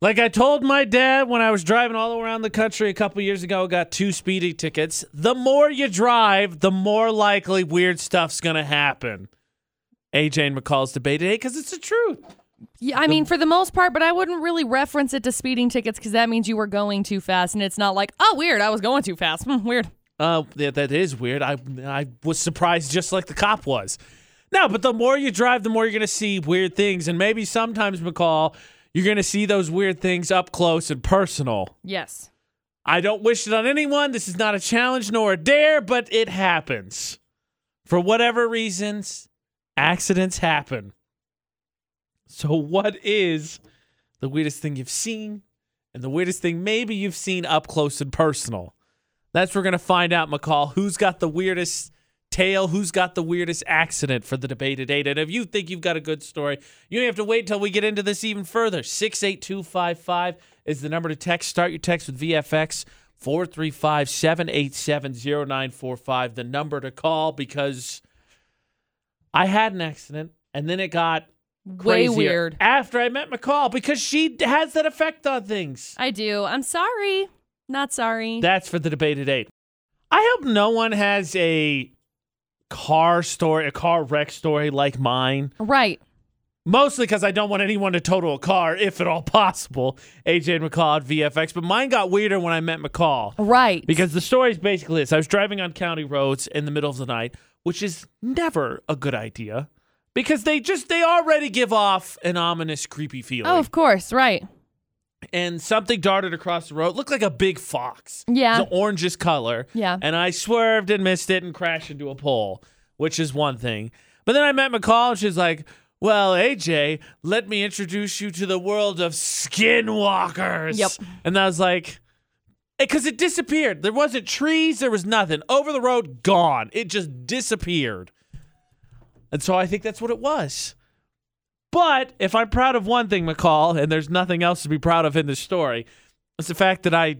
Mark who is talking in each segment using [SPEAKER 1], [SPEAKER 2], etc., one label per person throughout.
[SPEAKER 1] Like I told my dad when I was driving all around the country a couple years ago, got two speeding tickets. The more you drive, the more likely weird stuff's going to happen. AJ and McCall's debate today because it's the truth.
[SPEAKER 2] Yeah, I mean, for the most part, but I wouldn't really reference it to speeding tickets because that means you were going too fast, and it's not like, oh, weird, I was going too fast. Hmm, weird.
[SPEAKER 1] Uh, yeah, that is weird. I I was surprised just like the cop was. No, but the more you drive, the more you're gonna see weird things, and maybe sometimes McCall, you're gonna see those weird things up close and personal.
[SPEAKER 2] Yes.
[SPEAKER 1] I don't wish it on anyone. This is not a challenge nor a dare, but it happens. For whatever reasons, accidents happen. So, what is the weirdest thing you've seen and the weirdest thing maybe you've seen up close and personal? That's what we're going to find out, McCall. Who's got the weirdest tale? Who's got the weirdest accident for the debate at 8? And if you think you've got a good story, you don't have to wait until we get into this even further. 68255 is the number to text. Start your text with VFX 435 787 0945, the number to call because I had an accident and then it got
[SPEAKER 2] Way
[SPEAKER 1] crazier
[SPEAKER 2] weird.
[SPEAKER 1] after I met McCall because she has that effect on things.
[SPEAKER 2] I do. I'm sorry. Not sorry.
[SPEAKER 1] That's for the debate at eight. I hope no one has a car story, a car wreck story like mine.
[SPEAKER 2] right.
[SPEAKER 1] Mostly because I don't want anyone to total a car, if at all possible. AJ and McCall at VFX, but mine got weirder when I met McCall
[SPEAKER 2] Right.
[SPEAKER 1] because the story is basically this: I was driving on county roads in the middle of the night, which is never a good idea because they just they already give off an ominous, creepy feeling.
[SPEAKER 2] oh, of course. Right.
[SPEAKER 1] and something darted across the road. Looked like a big fox.
[SPEAKER 2] Yeah.
[SPEAKER 1] It's an orangish color.
[SPEAKER 2] Yeah.
[SPEAKER 1] And I swerved and missed it and crashed into a pole, which is one thing. But then I met McCall and she's like, well, AJ, let me introduce you to the world of skinwalkers.
[SPEAKER 2] Yep.
[SPEAKER 1] And I was like, because it disappeared. There wasn't trees, there was nothing. Over the road, gone. It just disappeared. And so I think that's what it was. But if I'm proud of one thing, McCall, and there's nothing else to be proud of in this story, it's the fact that I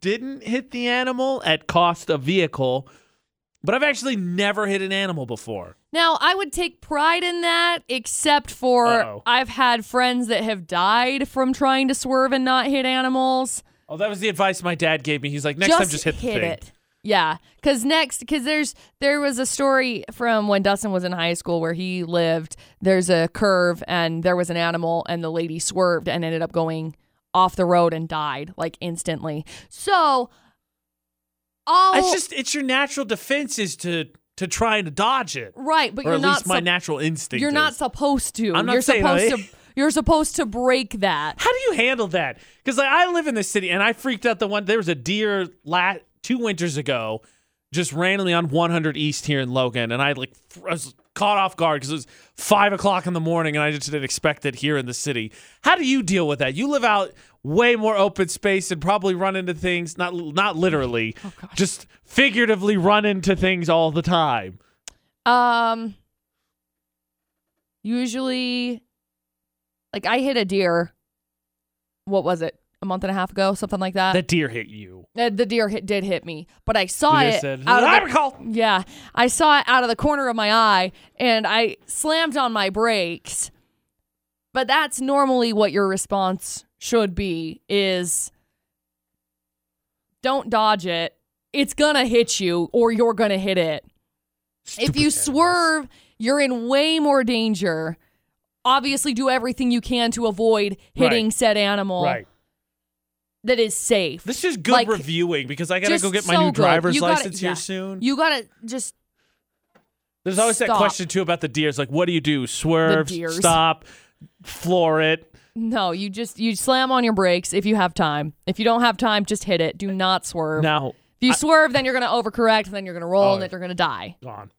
[SPEAKER 1] didn't hit the animal at cost of vehicle, but I've actually never hit an animal before.
[SPEAKER 2] Now, I would take pride in that, except for
[SPEAKER 1] Uh-oh.
[SPEAKER 2] I've had friends that have died from trying to swerve and not hit animals.
[SPEAKER 1] Oh, that was the advice my dad gave me. He's like, next time just hit, the thing.
[SPEAKER 2] it. Yeah, because next, because there's there was a story from when Dustin was in high school where he lived. There's a curve and there was an animal and the lady swerved and ended up going off the road and died like instantly. So, all
[SPEAKER 1] It's just it's your natural defense is to to try and dodge it.
[SPEAKER 2] right, but
[SPEAKER 1] or
[SPEAKER 2] you're
[SPEAKER 1] at
[SPEAKER 2] not
[SPEAKER 1] least my
[SPEAKER 2] sup-
[SPEAKER 1] natural instinct.
[SPEAKER 2] you're not
[SPEAKER 1] is.
[SPEAKER 2] supposed to.
[SPEAKER 1] I'm not
[SPEAKER 2] you're
[SPEAKER 1] saying
[SPEAKER 2] supposed
[SPEAKER 1] I-
[SPEAKER 2] to. You're supposed to break that.
[SPEAKER 1] How do you handle that? Because like I live in this city, and I freaked out the one. There was a deer la- two winters ago, just randomly on 100 East here in Logan, and I like fr- I was caught off guard because it was five o'clock in the morning, and I just didn't expect it here in the city. How do you deal with that? You live out way more open space and probably run into things not not literally,
[SPEAKER 2] Oh,
[SPEAKER 1] just figuratively run into things all the time.
[SPEAKER 2] Um, usually, like I hit a deer. What was it? A month and a half ago, something like that.
[SPEAKER 1] That deer hit you.
[SPEAKER 2] Uh, the deer hit, did hit me, but I saw
[SPEAKER 1] The deer
[SPEAKER 2] it.
[SPEAKER 1] said,
[SPEAKER 2] out of
[SPEAKER 1] "I
[SPEAKER 2] the-
[SPEAKER 1] recall."
[SPEAKER 2] Yeah, I saw it out of the corner of my eye, and I slammed on my brakes. But that's normally what your response should be: is don't dodge it. It's gonna hit you, or you're gonna hit it if you swerve, you're in way more danger. Obviously, do everything you can to avoid hitting
[SPEAKER 1] Right.
[SPEAKER 2] said animal that is safe.
[SPEAKER 1] This is good
[SPEAKER 2] Like,
[SPEAKER 1] reviewing because I gotta
[SPEAKER 2] just
[SPEAKER 1] go get my
[SPEAKER 2] so
[SPEAKER 1] new
[SPEAKER 2] good.
[SPEAKER 1] driver's
[SPEAKER 2] You gotta-
[SPEAKER 1] license
[SPEAKER 2] yeah.
[SPEAKER 1] here soon.
[SPEAKER 2] You gotta just
[SPEAKER 1] There's always that
[SPEAKER 2] Stop.
[SPEAKER 1] question too about the deers. Like, what do you do? Swerve,
[SPEAKER 2] The deers.
[SPEAKER 1] stop, floor it.
[SPEAKER 2] no. You just you slam on your brakes if you have time. If you don't have time, just hit it. Do not swerve.
[SPEAKER 1] Now
[SPEAKER 2] If you swerve, then you're gonna overcorrect. Then you're gonna roll,
[SPEAKER 1] Oh,
[SPEAKER 2] and then you're gonna die.
[SPEAKER 1] gone.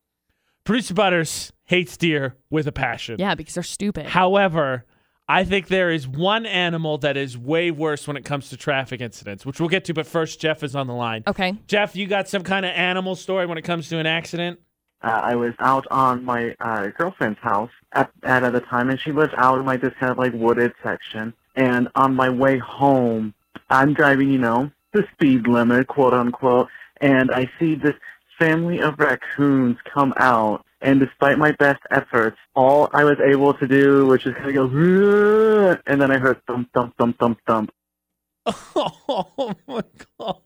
[SPEAKER 1] Producer Butters hates deer with a passion.
[SPEAKER 2] Yeah, because they're stupid.
[SPEAKER 1] However, I think there is one animal that is way worse when it comes to traffic incidents, which we'll get to. But first, Jeff is on the line.
[SPEAKER 2] okay.
[SPEAKER 1] Jeff, you got some kind of animal story when it comes to an accident?
[SPEAKER 3] uh, I was out on my uh, girlfriend's house at, at at the time, and she lives out in like this kind of like wooded section. And on my way home, I'm driving, you know, the speed limit, quote unquote, and I see this family of raccoons come out And despite my best efforts, all I was able to do was just kind of go, and then I heard thump, thump, thump, thump, thump.
[SPEAKER 1] Oh my god.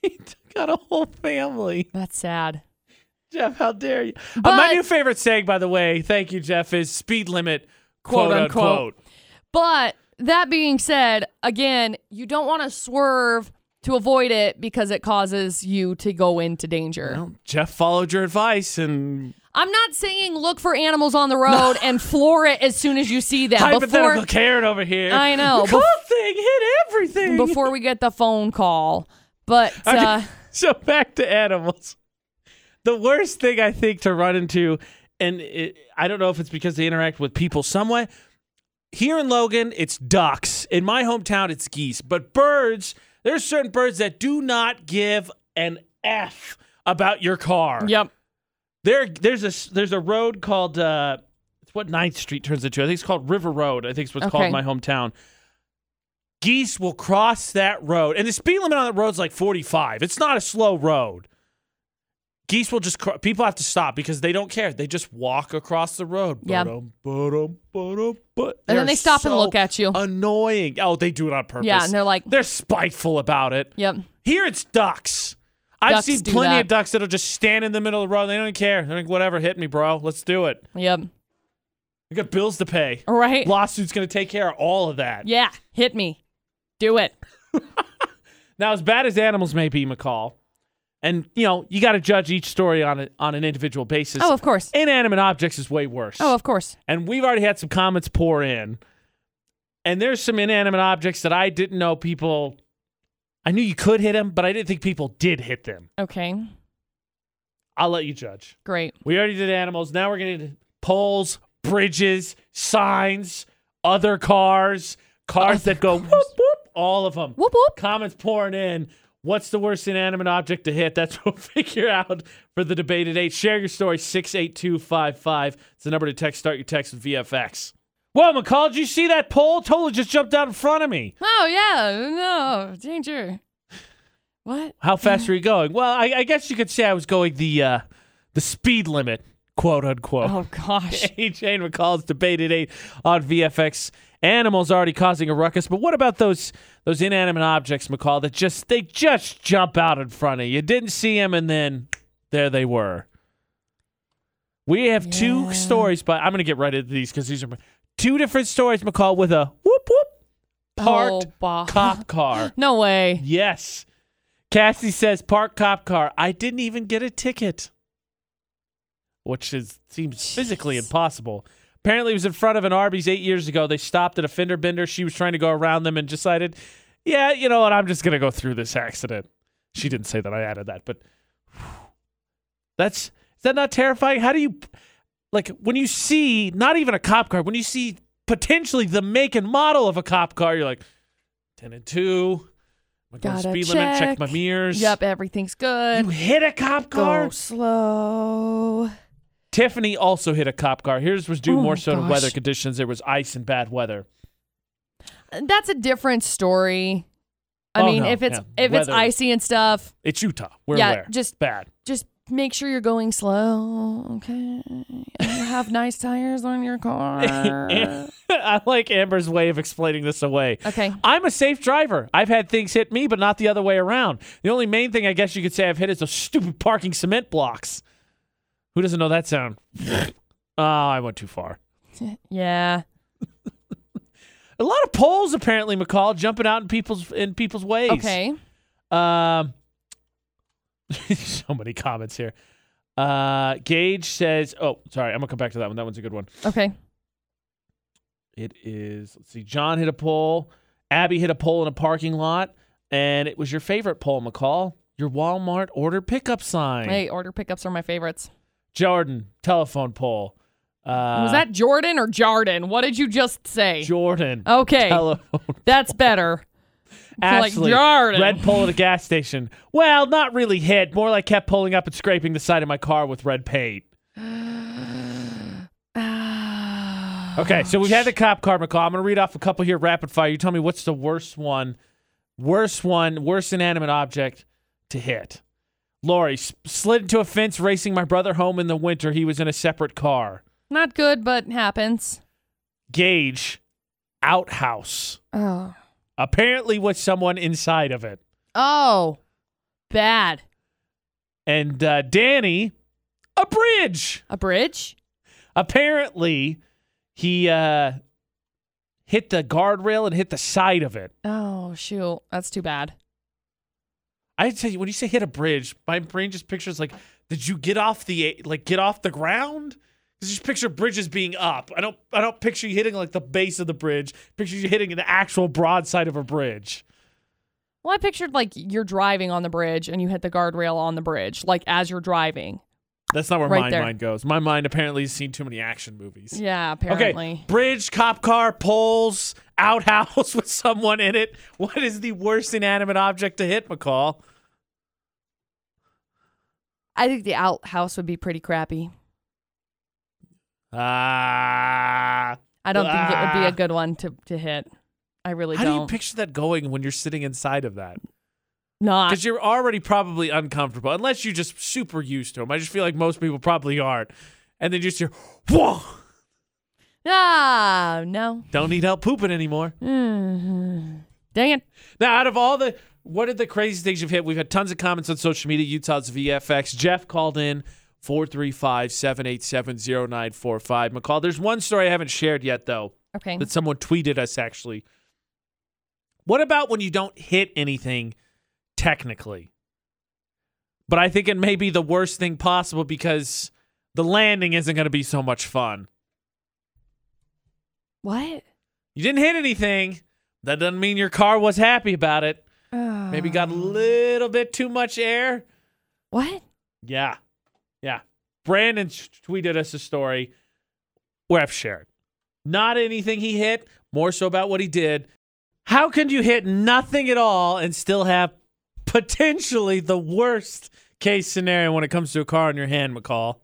[SPEAKER 1] He took out a whole family.
[SPEAKER 2] That's sad.
[SPEAKER 1] Jeff, how dare you? Uh, my
[SPEAKER 2] But-
[SPEAKER 1] new favorite saying, by the way, thank you, Jeff, is speed limit, quote,
[SPEAKER 2] Quote, unquote.
[SPEAKER 1] unquote.
[SPEAKER 2] But that being said, again, you don't want to swerve to avoid it because it causes you to go into danger.
[SPEAKER 1] Well, Jeff followed your advice and
[SPEAKER 2] I'm not saying look for animals on the road and floor it as soon as you see them.
[SPEAKER 1] hypothetical
[SPEAKER 2] Before,
[SPEAKER 1] Karen over here.
[SPEAKER 2] I know.
[SPEAKER 1] The cold thing hit everything.
[SPEAKER 2] before we get the phone call. But uh,
[SPEAKER 1] Okay, so back to animals. The worst thing I think to run into, and it, I don't know if it's because they interact with people somewhat. Here in Logan, it's ducks. In my hometown, it's geese. But birds, there's certain birds that do not give an f about your car.
[SPEAKER 2] yep.
[SPEAKER 1] There, there's a s- there's a road called uh, it's what 9th Street turns into. I think it's called River Road. I think it's what's called
[SPEAKER 2] Okay.
[SPEAKER 1] in my hometown. Geese will cross that road, and the speed limit on that road's like 45. It's not a slow road. Geese will just cro- people have to stop because they don't care. They just walk across the road.
[SPEAKER 2] Yeah.
[SPEAKER 1] Ba-dum, ba-dum, ba-dum, ba-
[SPEAKER 2] And then
[SPEAKER 1] They're
[SPEAKER 2] they stop and
[SPEAKER 1] so
[SPEAKER 2] look at you.
[SPEAKER 1] Annoying. Oh, they do it on purpose.
[SPEAKER 2] Yeah, and they're like-
[SPEAKER 1] they're spiteful about it.
[SPEAKER 2] Yep.
[SPEAKER 1] Here it's ducks. I've
[SPEAKER 2] Ducks
[SPEAKER 1] seen
[SPEAKER 2] do
[SPEAKER 1] plenty
[SPEAKER 2] that.
[SPEAKER 1] of ducks that'll just stand in the middle of the road. They don't even care. They're like, whatever, hit me, bro. Let's do it.
[SPEAKER 2] Yep.
[SPEAKER 1] I got bills to pay.
[SPEAKER 2] All right.
[SPEAKER 1] Lawsuit's going to take care of all of that.
[SPEAKER 2] Yeah. Hit me. Do it.
[SPEAKER 1] Now, as bad as animals may be, McCall, and you know, you got to judge each story on a, on an individual basis.
[SPEAKER 2] Oh, of course.
[SPEAKER 1] Inanimate objects is way worse.
[SPEAKER 2] Oh, of course.
[SPEAKER 1] and we've already had some comments pour in. And there's some inanimate objects that I didn't know people. I knew you could hit them, but I didn't think people did hit them.
[SPEAKER 2] Okay.
[SPEAKER 1] I'll let you judge.
[SPEAKER 2] Great.
[SPEAKER 1] We already did animals. Now we're going to poles, bridges, signs, other cars, cars that go whoop whoop, all of them.
[SPEAKER 2] Whoop whoop.
[SPEAKER 1] Comments pouring in. What's the worst inanimate object to hit? That's what we'll figure out for the debate today. Share your story, 68255. It's the number to text. Start your text with VFX. Well, McCall, did you see that pole? Totally just jumped out in front of me.
[SPEAKER 2] Oh yeah. No danger. What?
[SPEAKER 1] How fast were you going? Well, I, I guess you could say I was going the uh, the speed limit, quote unquote.
[SPEAKER 2] Oh gosh.
[SPEAKER 1] AJ and McCall's debate at eight on VFX. Animals already causing a ruckus, but what about those those inanimate objects, McCall? That just they just jump out in front of you. You didn't see them, and then there they were. We have
[SPEAKER 2] Yeah.
[SPEAKER 1] two stories, but I'm going to get right into these because these are my- two different stories, McCall, with a whoop whoop parked
[SPEAKER 2] Oh, bah.
[SPEAKER 1] cop car.
[SPEAKER 2] No way.
[SPEAKER 1] Yes. Cassie says park cop car. I didn't even get a ticket. Which is seems physically
[SPEAKER 2] Jeez.
[SPEAKER 1] impossible. Apparently it was in front of an Arby's eight years ago. They stopped at a fender bender. She was trying to go around them and decided, yeah, you know what, I'm just gonna go through this accident. She didn't say that I added that, but that's is that not terrifying? How do you like when you see not even a cop car, when you see potentially the make and model of a cop car, you're like ten and two. I'm gonna go
[SPEAKER 2] Gotta
[SPEAKER 1] speed limit, check my
[SPEAKER 2] check.
[SPEAKER 1] mirrors.
[SPEAKER 2] Yep. Everything's good.
[SPEAKER 1] You hit a cop car.
[SPEAKER 2] Go slow.
[SPEAKER 1] Tiffany also hit a cop car. Here's was due
[SPEAKER 2] Oh
[SPEAKER 1] more
[SPEAKER 2] my
[SPEAKER 1] so to
[SPEAKER 2] gosh.
[SPEAKER 1] weather conditions. There was ice and bad weather.
[SPEAKER 2] That's a different story. I
[SPEAKER 1] Oh,
[SPEAKER 2] mean,
[SPEAKER 1] no,
[SPEAKER 2] if it's
[SPEAKER 1] yeah.
[SPEAKER 2] if it's
[SPEAKER 1] Weather.
[SPEAKER 2] icy and stuff,
[SPEAKER 1] It's Utah. We're
[SPEAKER 2] Yeah,
[SPEAKER 1] aware.
[SPEAKER 2] just-
[SPEAKER 1] bad.
[SPEAKER 2] just make sure you're going slow. Okay. And you have nice tires on your car.
[SPEAKER 1] I like Amber's way of explaining this away.
[SPEAKER 2] Okay.
[SPEAKER 1] I'm a safe driver. I've had things hit me, but not the other way around. The only main thing I guess you could say I've hit is those stupid parking cement blocks. Who doesn't know that sound? oh, I went too far.
[SPEAKER 2] Yeah.
[SPEAKER 1] A lot of poles apparently, McCall, jumping out in people's in people's ways.
[SPEAKER 2] Okay.
[SPEAKER 1] Um, so many comments here. Uh, Gage says, "Oh, sorry, I'm gonna come back to that one. That one's a good one."
[SPEAKER 2] Okay.
[SPEAKER 1] It is, let's see, John hit a pole. Abby hit a pole in a parking lot. And it was your favorite pole, McCall. Your Walmart order pickup sign.
[SPEAKER 2] Hey, order pickups are my favorites.
[SPEAKER 1] Jordan, telephone pole. Uh,
[SPEAKER 2] Was that Jordan or Jarden? What did you just say?
[SPEAKER 1] Jordan?
[SPEAKER 2] okay.
[SPEAKER 1] Telephone.
[SPEAKER 2] That's better. I feel like
[SPEAKER 1] Ashley,
[SPEAKER 2] Jordan.
[SPEAKER 1] red pole at a gas station. Well, not really hit. More like kept pulling up and scraping the side of my car with red paint. Okay, so we've had the cop car, McCall. I'm going to read off a couple here rapid fire. You tell me what's the worst one, worst one, worst inanimate object to hit. Lori s- slid into a fence racing my brother home in the winter. He was in a separate car.
[SPEAKER 2] Not good, but happens.
[SPEAKER 1] Gage, outhouse.
[SPEAKER 2] Oh.
[SPEAKER 1] Apparently, with someone inside of it.
[SPEAKER 2] Oh. Bad.
[SPEAKER 1] And uh, Danny, a bridge.
[SPEAKER 2] A bridge?
[SPEAKER 1] Apparently, he uh, hit the guardrail and hit the side of it.
[SPEAKER 2] Oh, shoot. That's too bad.
[SPEAKER 1] I tell you, when you say hit a bridge, my brain just pictures like, did you get off the like get off the ground? 'Cause just picture bridges being up. I don't I don't picture you hitting like the base of the bridge. Picture you hitting the actual broadside of a bridge.
[SPEAKER 2] Well, I pictured like you're driving on the bridge and you hit the guardrail on the bridge, like as you're driving.
[SPEAKER 1] That's not where
[SPEAKER 2] Right
[SPEAKER 1] my
[SPEAKER 2] there.
[SPEAKER 1] mind goes. My mind apparently has seen too many action movies.
[SPEAKER 2] Yeah, apparently.
[SPEAKER 1] Okay, bridge, cop car, poles, outhouse with someone in it. What is the worst inanimate object to hit, McCall?
[SPEAKER 2] I think the outhouse would be pretty crappy.
[SPEAKER 1] Ah.
[SPEAKER 2] I don't think it would be
[SPEAKER 1] Ah.
[SPEAKER 2] a good one to, to hit. I really
[SPEAKER 1] How do
[SPEAKER 2] don't.
[SPEAKER 1] you picture that going when you're sitting inside of that?
[SPEAKER 2] Not.
[SPEAKER 1] Because you're already probably uncomfortable, unless you're just super used to them. I just feel like most people probably aren't. And then just hear, whoa,
[SPEAKER 2] Ah, no.
[SPEAKER 1] don't need help pooping anymore.
[SPEAKER 2] Mhm. Dang it.
[SPEAKER 1] Now, out of all the, what are the crazy things you've hit? We've had tons of comments on social media, Utah's VFX. Jeff called in 435 787 0945. McCall, there's one story I haven't shared yet, though,
[SPEAKER 2] Okay.
[SPEAKER 1] that someone tweeted us actually. What about when you don't hit anything technically? But I think it may be the worst thing possible because the landing isn't going to be so much fun.
[SPEAKER 2] what?
[SPEAKER 1] You didn't hit anything. That doesn't mean your car was happy about it. Maybe
[SPEAKER 2] Oh. Uh,
[SPEAKER 1] got a little bit too much air.
[SPEAKER 2] What?
[SPEAKER 1] Yeah. Yeah. Brandon sh- tweeted us a story where I've shared. Not anything he hit, more so about what he did. How can you hit nothing at all and still have potentially the worst case scenario when it comes to a car in your hand, McCall?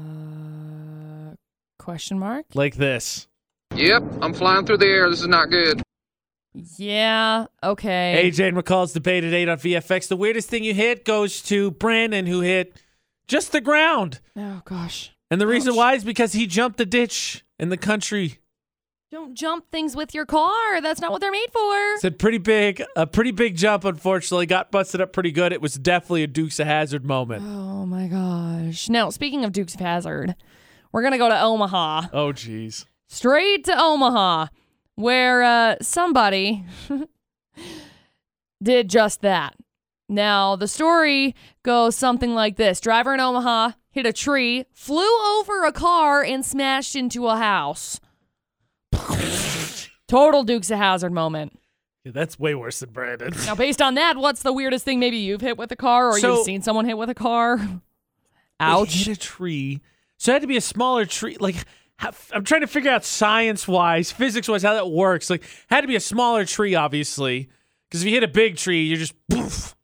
[SPEAKER 2] Uh, question mark?
[SPEAKER 1] Like this.
[SPEAKER 4] Yep, I'm flying through the air. This is not good.
[SPEAKER 2] Yeah. Okay.
[SPEAKER 1] AJ and McCall's debate at 8 on VFX. The weirdest thing you hit goes to Brandon, who hit just the ground.
[SPEAKER 2] oh gosh.
[SPEAKER 1] And the reason
[SPEAKER 2] Ouch.
[SPEAKER 1] why is because he jumped the ditch in the country
[SPEAKER 2] Don't jump things with your car. That's not what they're made for.
[SPEAKER 1] Said pretty big, a pretty big jump. Unfortunately, got busted up pretty good. It was definitely a Dukes of Hazard moment.
[SPEAKER 2] Oh my gosh. Now, speaking of Dukes of Hazard, we're gonna go to Omaha.
[SPEAKER 1] Oh, jeez.
[SPEAKER 2] straight to Omaha, where uh, somebody did just that. Now, the story goes something like this Driver in Omaha hit a tree, flew over a car, and smashed into a house. Total Dukes of Hazard moment.
[SPEAKER 1] Yeah, that's way worse than Brandon.
[SPEAKER 2] Now, based on that, what's the weirdest thing maybe you've hit with a car or
[SPEAKER 1] So-
[SPEAKER 2] you've seen someone hit with a car? Ouch.
[SPEAKER 1] Hit a tree. So it had to be a smaller tree. Like how, I'm trying to figure out science wise, physics wise, how that works. Like had to be a smaller tree, obviously, because if you hit a big tree, you're just poof.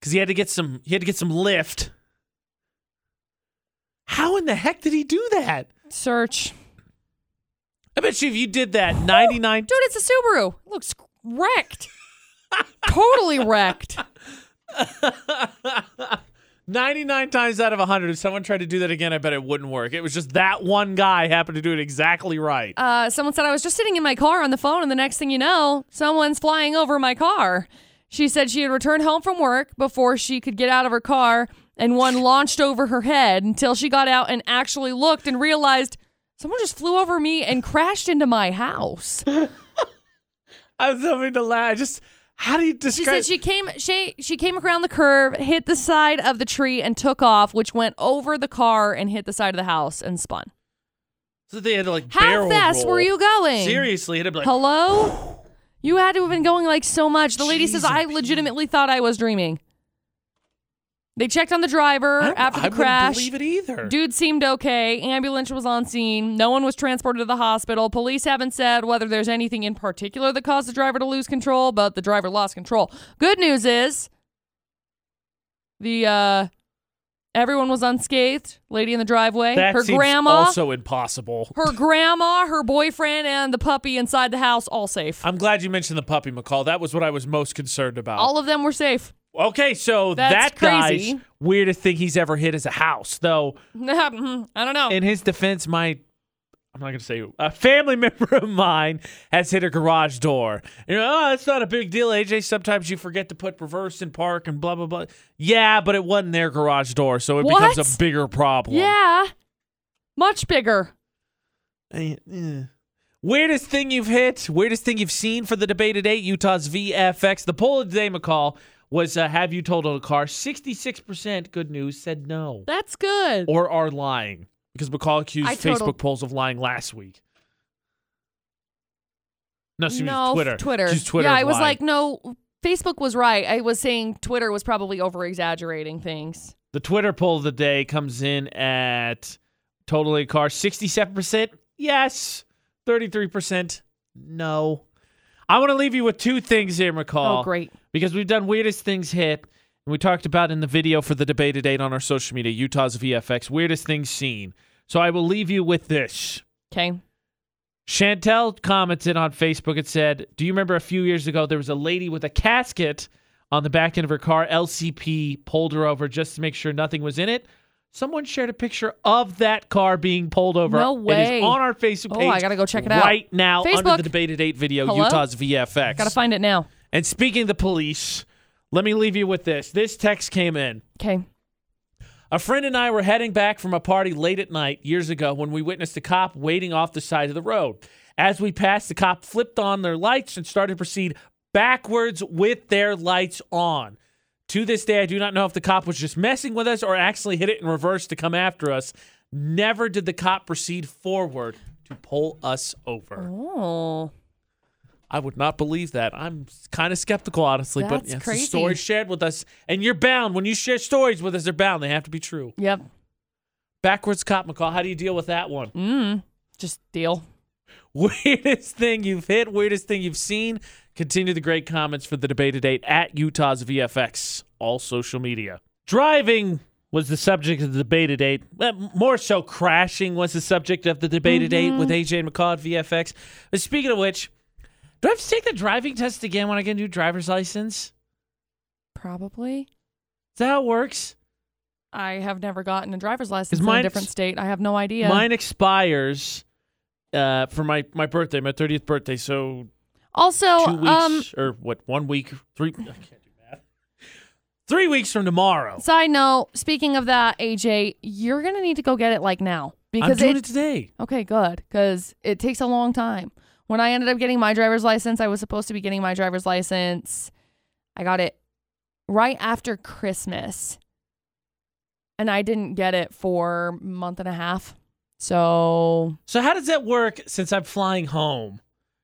[SPEAKER 1] Because he had to get some, he had to get some lift. How in the heck did he do that?
[SPEAKER 2] Search.
[SPEAKER 1] I bet you if you did that 99
[SPEAKER 2] Dude, it's a Subaru. It looks wrecked. totally wrecked.
[SPEAKER 1] 99 times out of 100, if someone tried to do that again, I bet it wouldn't work. It was just that one guy happened to do it exactly right.
[SPEAKER 2] Uh, someone said I was just sitting in my car on the phone, and the next thing you know, someone's flying over my car. She said she had returned home from work before she could get out of her car, and one launched over her head until she got out and actually looked and realized someone just flew over me and crashed into my house.
[SPEAKER 1] I was having to laugh. I Just how do you
[SPEAKER 2] She
[SPEAKER 1] describe?
[SPEAKER 2] said she came she she came around the curve, hit the side of the tree, and took off, which went over the car and hit the side of the house and spun.
[SPEAKER 1] so they had to like
[SPEAKER 2] How
[SPEAKER 1] barrel
[SPEAKER 2] fast
[SPEAKER 1] roll.
[SPEAKER 2] were you going?
[SPEAKER 1] Seriously, it had to be like
[SPEAKER 2] Hello? You had to have been going like so much. The lady says,
[SPEAKER 1] Jeez,
[SPEAKER 2] I
[SPEAKER 1] Pete.
[SPEAKER 2] legitimately thought I was dreaming. They checked on the driver
[SPEAKER 1] I,
[SPEAKER 2] after
[SPEAKER 1] I
[SPEAKER 2] the
[SPEAKER 1] wouldn't
[SPEAKER 2] crash.
[SPEAKER 1] Believe it either?
[SPEAKER 2] Dude seemed okay. Ambulance was on scene. No one was transported to the hospital. Police haven't said whether there's anything in particular that caused the driver to lose control, but the driver lost control. Good news is the uh everyone was unscathed. Lady in the driveway.
[SPEAKER 1] that
[SPEAKER 2] her
[SPEAKER 1] seems
[SPEAKER 2] grandma,
[SPEAKER 1] also impossible.
[SPEAKER 2] her grandma, her boyfriend, and the puppy inside the house all safe.
[SPEAKER 1] I'm glad you mentioned the puppy, McCall. That was what I was most concerned about.
[SPEAKER 2] All of them were safe.
[SPEAKER 1] Okay, so
[SPEAKER 2] That's
[SPEAKER 1] that guy's
[SPEAKER 2] crazy.
[SPEAKER 1] weirdest thing he's ever hit is a house, though.
[SPEAKER 2] Mhm. I don't know.
[SPEAKER 1] In his defense, my I'm not gonna say who, a family member of mine has hit a garage door. You know, oh, it's not a big deal, AJ. Sometimes you forget to put reverse in park and blah blah blah. Yeah, but it wasn't their garage door, so it becomes
[SPEAKER 2] What?
[SPEAKER 1] a bigger problem.
[SPEAKER 2] yeah. Much bigger.
[SPEAKER 1] Eh, eh. Weirdest thing you've hit, weirdest thing you've seen for the debate today, Utah's VFX. The poll of the day, McCall, was uh, have you totaled a car? 66% good news said no
[SPEAKER 2] That's good.
[SPEAKER 1] or are lying because McCall accused
[SPEAKER 2] I
[SPEAKER 1] Facebook
[SPEAKER 2] totaled-
[SPEAKER 1] polls of lying last week. No, she
[SPEAKER 2] no,
[SPEAKER 1] was
[SPEAKER 2] f-
[SPEAKER 1] Twitter.
[SPEAKER 2] Twitter.
[SPEAKER 1] She's Twitter.
[SPEAKER 2] Yeah,
[SPEAKER 1] of
[SPEAKER 2] I was
[SPEAKER 1] lying.
[SPEAKER 2] like, no, Facebook was right. I was saying Twitter was probably over exaggerating things.
[SPEAKER 1] The Twitter poll of the day comes in at totally car 67% yes, 33% no. I want to leave you with two things here, McCall.
[SPEAKER 2] Oh, great.
[SPEAKER 1] Because we've done weirdest things hit, and we talked about in the video for the debate today on our social media, Utah's VFX, weirdest things seen. So I will leave you with this.
[SPEAKER 2] Okay.
[SPEAKER 1] Chantel commented on Facebook and said, Do you remember a few years ago there was a lady with a casket on the back end of her car? LCP pulled her over just to make sure nothing was in it. Someone shared a picture of that car being pulled over.
[SPEAKER 2] No
[SPEAKER 1] It
[SPEAKER 2] way.
[SPEAKER 1] is on our Facebook
[SPEAKER 2] Oh,
[SPEAKER 1] page.
[SPEAKER 2] I gotta go check it
[SPEAKER 1] right
[SPEAKER 2] out.
[SPEAKER 1] Right now under
[SPEAKER 2] Facebook.
[SPEAKER 1] the debated eight video,
[SPEAKER 2] Hello?
[SPEAKER 1] Utah's VFX.
[SPEAKER 2] Gotta find it now.
[SPEAKER 1] and speaking of the police, let me leave you with this. This text came in.
[SPEAKER 2] Okay.
[SPEAKER 1] A friend and I were heading back from a party late at night years ago when we witnessed a cop waiting off the side of the road. As we passed, the cop flipped on their lights and started to proceed backwards with their lights on. To this day, I do not know if the cop was just messing with us or actually hit it in reverse to come after us. Never did the cop proceed forward to pull us over.
[SPEAKER 2] Oh.
[SPEAKER 1] I would not believe that. I'm kind of skeptical, honestly, but
[SPEAKER 2] That's
[SPEAKER 1] it's a
[SPEAKER 2] crazy.
[SPEAKER 1] story shared with us, and you're bound. When you share stories with us, they're bound. They have to be true.
[SPEAKER 2] Yep.
[SPEAKER 1] Backwards cop McCall, how do you deal with that one?
[SPEAKER 2] Mm. Just deal.
[SPEAKER 1] Weirdest thing you've hit, weirdest thing you've seen. Continue the great comments for the debate today at Utah's VFX, all social media. Driving was the subject of the debate today. Well, more so, crashing was the subject of the debate today with AJ and McCall at VFX. But speaking of which, do I have to take the driving test again when I get a new driver's license?
[SPEAKER 2] Probably.
[SPEAKER 1] Is that how it works?
[SPEAKER 2] I have never gotten a driver's license in
[SPEAKER 1] mine-
[SPEAKER 2] a different state. I have no idea.
[SPEAKER 1] Mine expires uh, for my, my birthday, my 30th birthday. So
[SPEAKER 2] also,
[SPEAKER 1] two weeks
[SPEAKER 2] um,
[SPEAKER 1] or what one week three i can't do math three weeks from tomorrow
[SPEAKER 2] side note, speaking of that, AJ, you're gonna need to go get it like now
[SPEAKER 1] i'm
[SPEAKER 2] because
[SPEAKER 1] doing
[SPEAKER 2] it,
[SPEAKER 1] it today
[SPEAKER 2] Okay, good. Because it takes a long time. When I ended up getting my driver's license, I was supposed to be getting my driver's license. I got it right after Christmas. And I didn't get it for a month and a half. So,
[SPEAKER 1] so how does that work since i'm flying home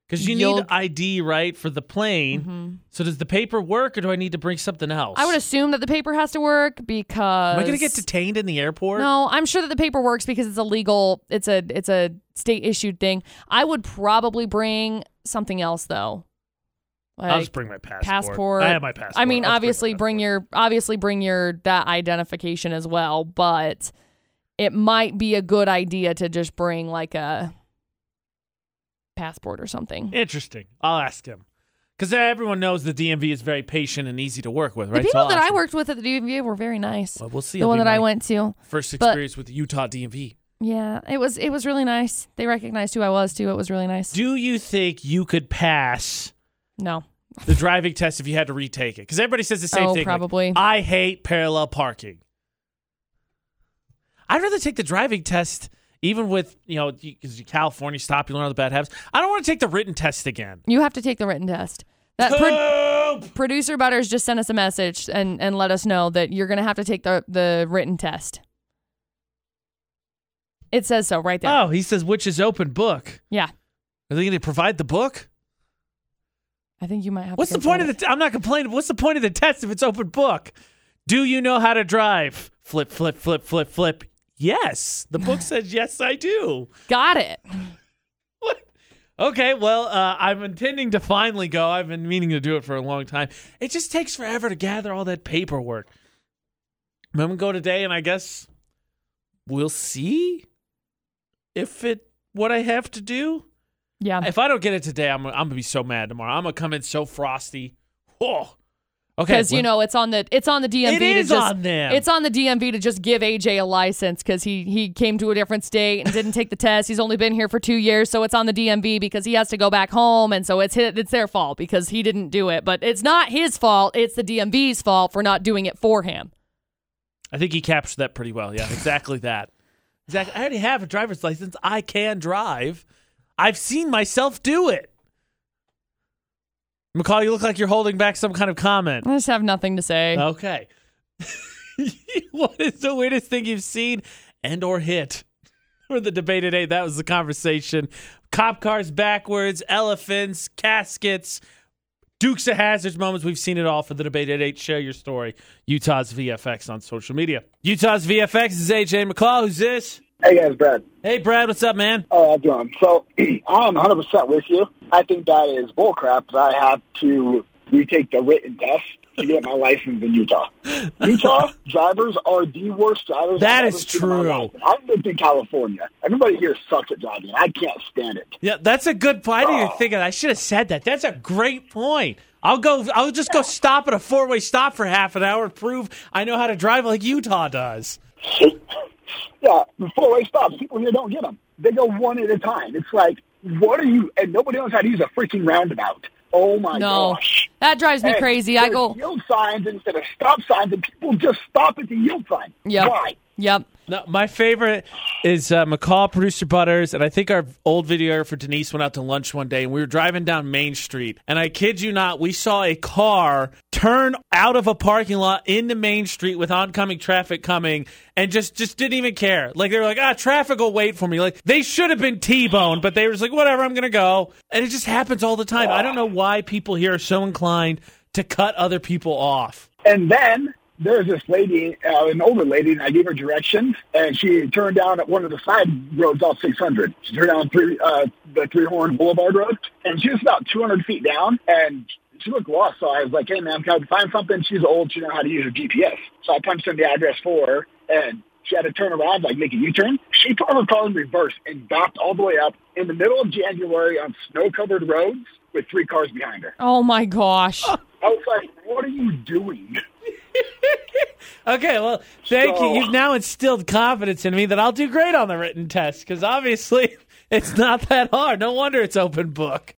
[SPEAKER 1] because you
[SPEAKER 2] You'll-
[SPEAKER 1] need id right for the plane
[SPEAKER 2] mhm.
[SPEAKER 1] so does the paper work or do i need to bring something else
[SPEAKER 2] I would assume that the paper has to work because
[SPEAKER 1] am i gonna get detained in the airport
[SPEAKER 2] No, I'm sure that the paper works because it's a legal. It's a it's a state issued thing. I would probably bring something else though.
[SPEAKER 1] i'll
[SPEAKER 2] Like-
[SPEAKER 1] just bring my passport
[SPEAKER 2] passport.
[SPEAKER 1] i have my passport
[SPEAKER 2] I mean,
[SPEAKER 1] I'll just
[SPEAKER 2] obviously
[SPEAKER 1] my
[SPEAKER 2] bring,
[SPEAKER 1] passport.
[SPEAKER 2] your obviously bring your that identification as well, but it might be a good idea to just bring like a passport or something.
[SPEAKER 1] interesting i'll ask him because everyone knows the dmv is very patient and easy to work with right
[SPEAKER 2] the
[SPEAKER 1] So
[SPEAKER 2] people
[SPEAKER 1] I'll
[SPEAKER 2] that
[SPEAKER 1] ask
[SPEAKER 2] I
[SPEAKER 1] him.
[SPEAKER 2] worked with at the DMV were very nice.
[SPEAKER 1] well, we'll see
[SPEAKER 2] the
[SPEAKER 1] It'll
[SPEAKER 2] one
[SPEAKER 1] be
[SPEAKER 2] that I
[SPEAKER 1] my
[SPEAKER 2] went to,
[SPEAKER 1] first
[SPEAKER 2] but-
[SPEAKER 1] experience with utah dmv
[SPEAKER 2] yeah, it was it was really nice. They recognized who I was too. It was really nice.
[SPEAKER 1] Do you think you could pass
[SPEAKER 2] no,
[SPEAKER 1] the driving test if you had to retake it? Because everybody says the same
[SPEAKER 2] oh
[SPEAKER 1] thing. like,
[SPEAKER 2] probably.
[SPEAKER 1] I hate parallel parking. I'd rather take the driving test, even with you know, because California stop, you learn all the bad habits. I don't want to take the written test again.
[SPEAKER 2] you have to take the written test. That pro-
[SPEAKER 1] Poop!
[SPEAKER 2] producer Butters just sent us a message and, and let us know that you're going to have to take the, the written test. It says so right there.
[SPEAKER 1] Oh, he says which is open book.
[SPEAKER 2] Yeah.
[SPEAKER 1] Are they going to provide the book?
[SPEAKER 2] I think you might have
[SPEAKER 1] What's
[SPEAKER 2] to
[SPEAKER 1] the
[SPEAKER 2] go
[SPEAKER 1] point of
[SPEAKER 2] for
[SPEAKER 1] the? T- I'm not complaining. but What's the point of the test if it's open book? Do you know how to drive? Flip, flip, flip, flip, flip. Yes, the book says yes, I do.
[SPEAKER 2] it. Got it.
[SPEAKER 1] What? Okay, well, uh, I'm intending to finally go. I've been meaning to do it for a long time. It just takes forever to gather all that paperwork. I'm gonna go today, and I guess we'll see if it what I have to do.
[SPEAKER 2] Yeah.
[SPEAKER 1] If I don't get it today, I'm I'm gonna be so mad tomorrow. I'm gonna come in so frosty. Whoa! Oh. Okay,
[SPEAKER 2] because you know it's on the it's on the DMV.
[SPEAKER 1] It
[SPEAKER 2] to
[SPEAKER 1] is
[SPEAKER 2] just-
[SPEAKER 1] on them.
[SPEAKER 2] It's on the DMV to just give AJ a license because he he came to a different state and didn't take the test. He's only been here for two years, so it's on the DMV because he has to go back home, and so it's hi- it's their fault because he didn't do it. But it's not his fault; it's the DMV's fault for not doing it for him.
[SPEAKER 1] I think he captured that pretty well. Yeah, exactly that. Exactly. I already have a driver's license. I can drive. I've seen myself do it. McCall, you look like you're holding back some kind of comment.
[SPEAKER 2] I just have nothing to say.
[SPEAKER 1] Okay. what is the weirdest thing you've seen and or hit? For the debate today, that was the conversation. Cop cars backwards, elephants, caskets, Dukes of Hazards moments. We've seen it all for the debate at eight. Share your story. Utah's VFX on social media. Utah's VFX is AJ McCall. Who's this?
[SPEAKER 5] Hey guys, Brad.
[SPEAKER 1] Hey Brad, what's up, man?
[SPEAKER 5] Oh, how's it going? So I'm 100 percent with you. I think that is bullcrap. I had to retake the written test to get my license in Utah. Utah drivers are the worst drivers.
[SPEAKER 1] That
[SPEAKER 5] I've ever
[SPEAKER 1] is
[SPEAKER 5] seen in my
[SPEAKER 1] true.
[SPEAKER 5] life. I lived in California. Everybody here sucks at driving. I can't stand it.
[SPEAKER 1] Yeah, that's a good point. I didn't even
[SPEAKER 5] Oh.
[SPEAKER 1] think of that. I should have said that. That's a great point. I'll go. I'll just go stop at a four-way stop for half an hour. Prove I know how to drive like Utah does.
[SPEAKER 5] yeah, the four-way stops. People here don't get them. They go one at a time. It's like, what are you? And nobody knows how to use a freaking roundabout. Oh my
[SPEAKER 2] no,
[SPEAKER 5] gosh.
[SPEAKER 2] that drives me
[SPEAKER 5] Hey,
[SPEAKER 2] crazy. I
[SPEAKER 5] there's
[SPEAKER 2] go.
[SPEAKER 5] yield signs instead of stop signs, and people just stop at the yield sign.
[SPEAKER 2] Yep.
[SPEAKER 5] Why?
[SPEAKER 2] Yep.
[SPEAKER 1] No, my favorite is uh, McCall, producer Butters, and I think our old video for Denise went out to lunch one day, and we were driving down Main Street, and I kid you not, we saw a car turn out of a parking lot into Main Street with oncoming traffic coming, and just just didn't even care. Like they were like, ah, traffic will wait for me. Like they should have been T-boned, but they were just like, whatever, I'm gonna go, and it just happens all the time. I don't know why people here are so inclined to cut other people off.
[SPEAKER 5] And then there's this lady, uh, an older lady, and I gave her directions, and she turned down at one of the side roads off 600. She turned down three, uh, the Three Horn Boulevard Road, and she was about 200 feet down, and she looked lost. So I was like, hey, ma'am, can I find something? She's old. She know how to use her GPS. So I punched in the address for her, and she had to turn around, like make a U-turn. She put her car in reverse and backed all the way up in the middle of January on snow-covered roads with three cars behind her.
[SPEAKER 2] Oh my gosh.
[SPEAKER 5] I was like, what are you doing?
[SPEAKER 1] Okay, well, thank
[SPEAKER 5] So-
[SPEAKER 1] you. You've now instilled confidence in me that I'll do great on the written test because obviously it's not that hard. No wonder it's open book.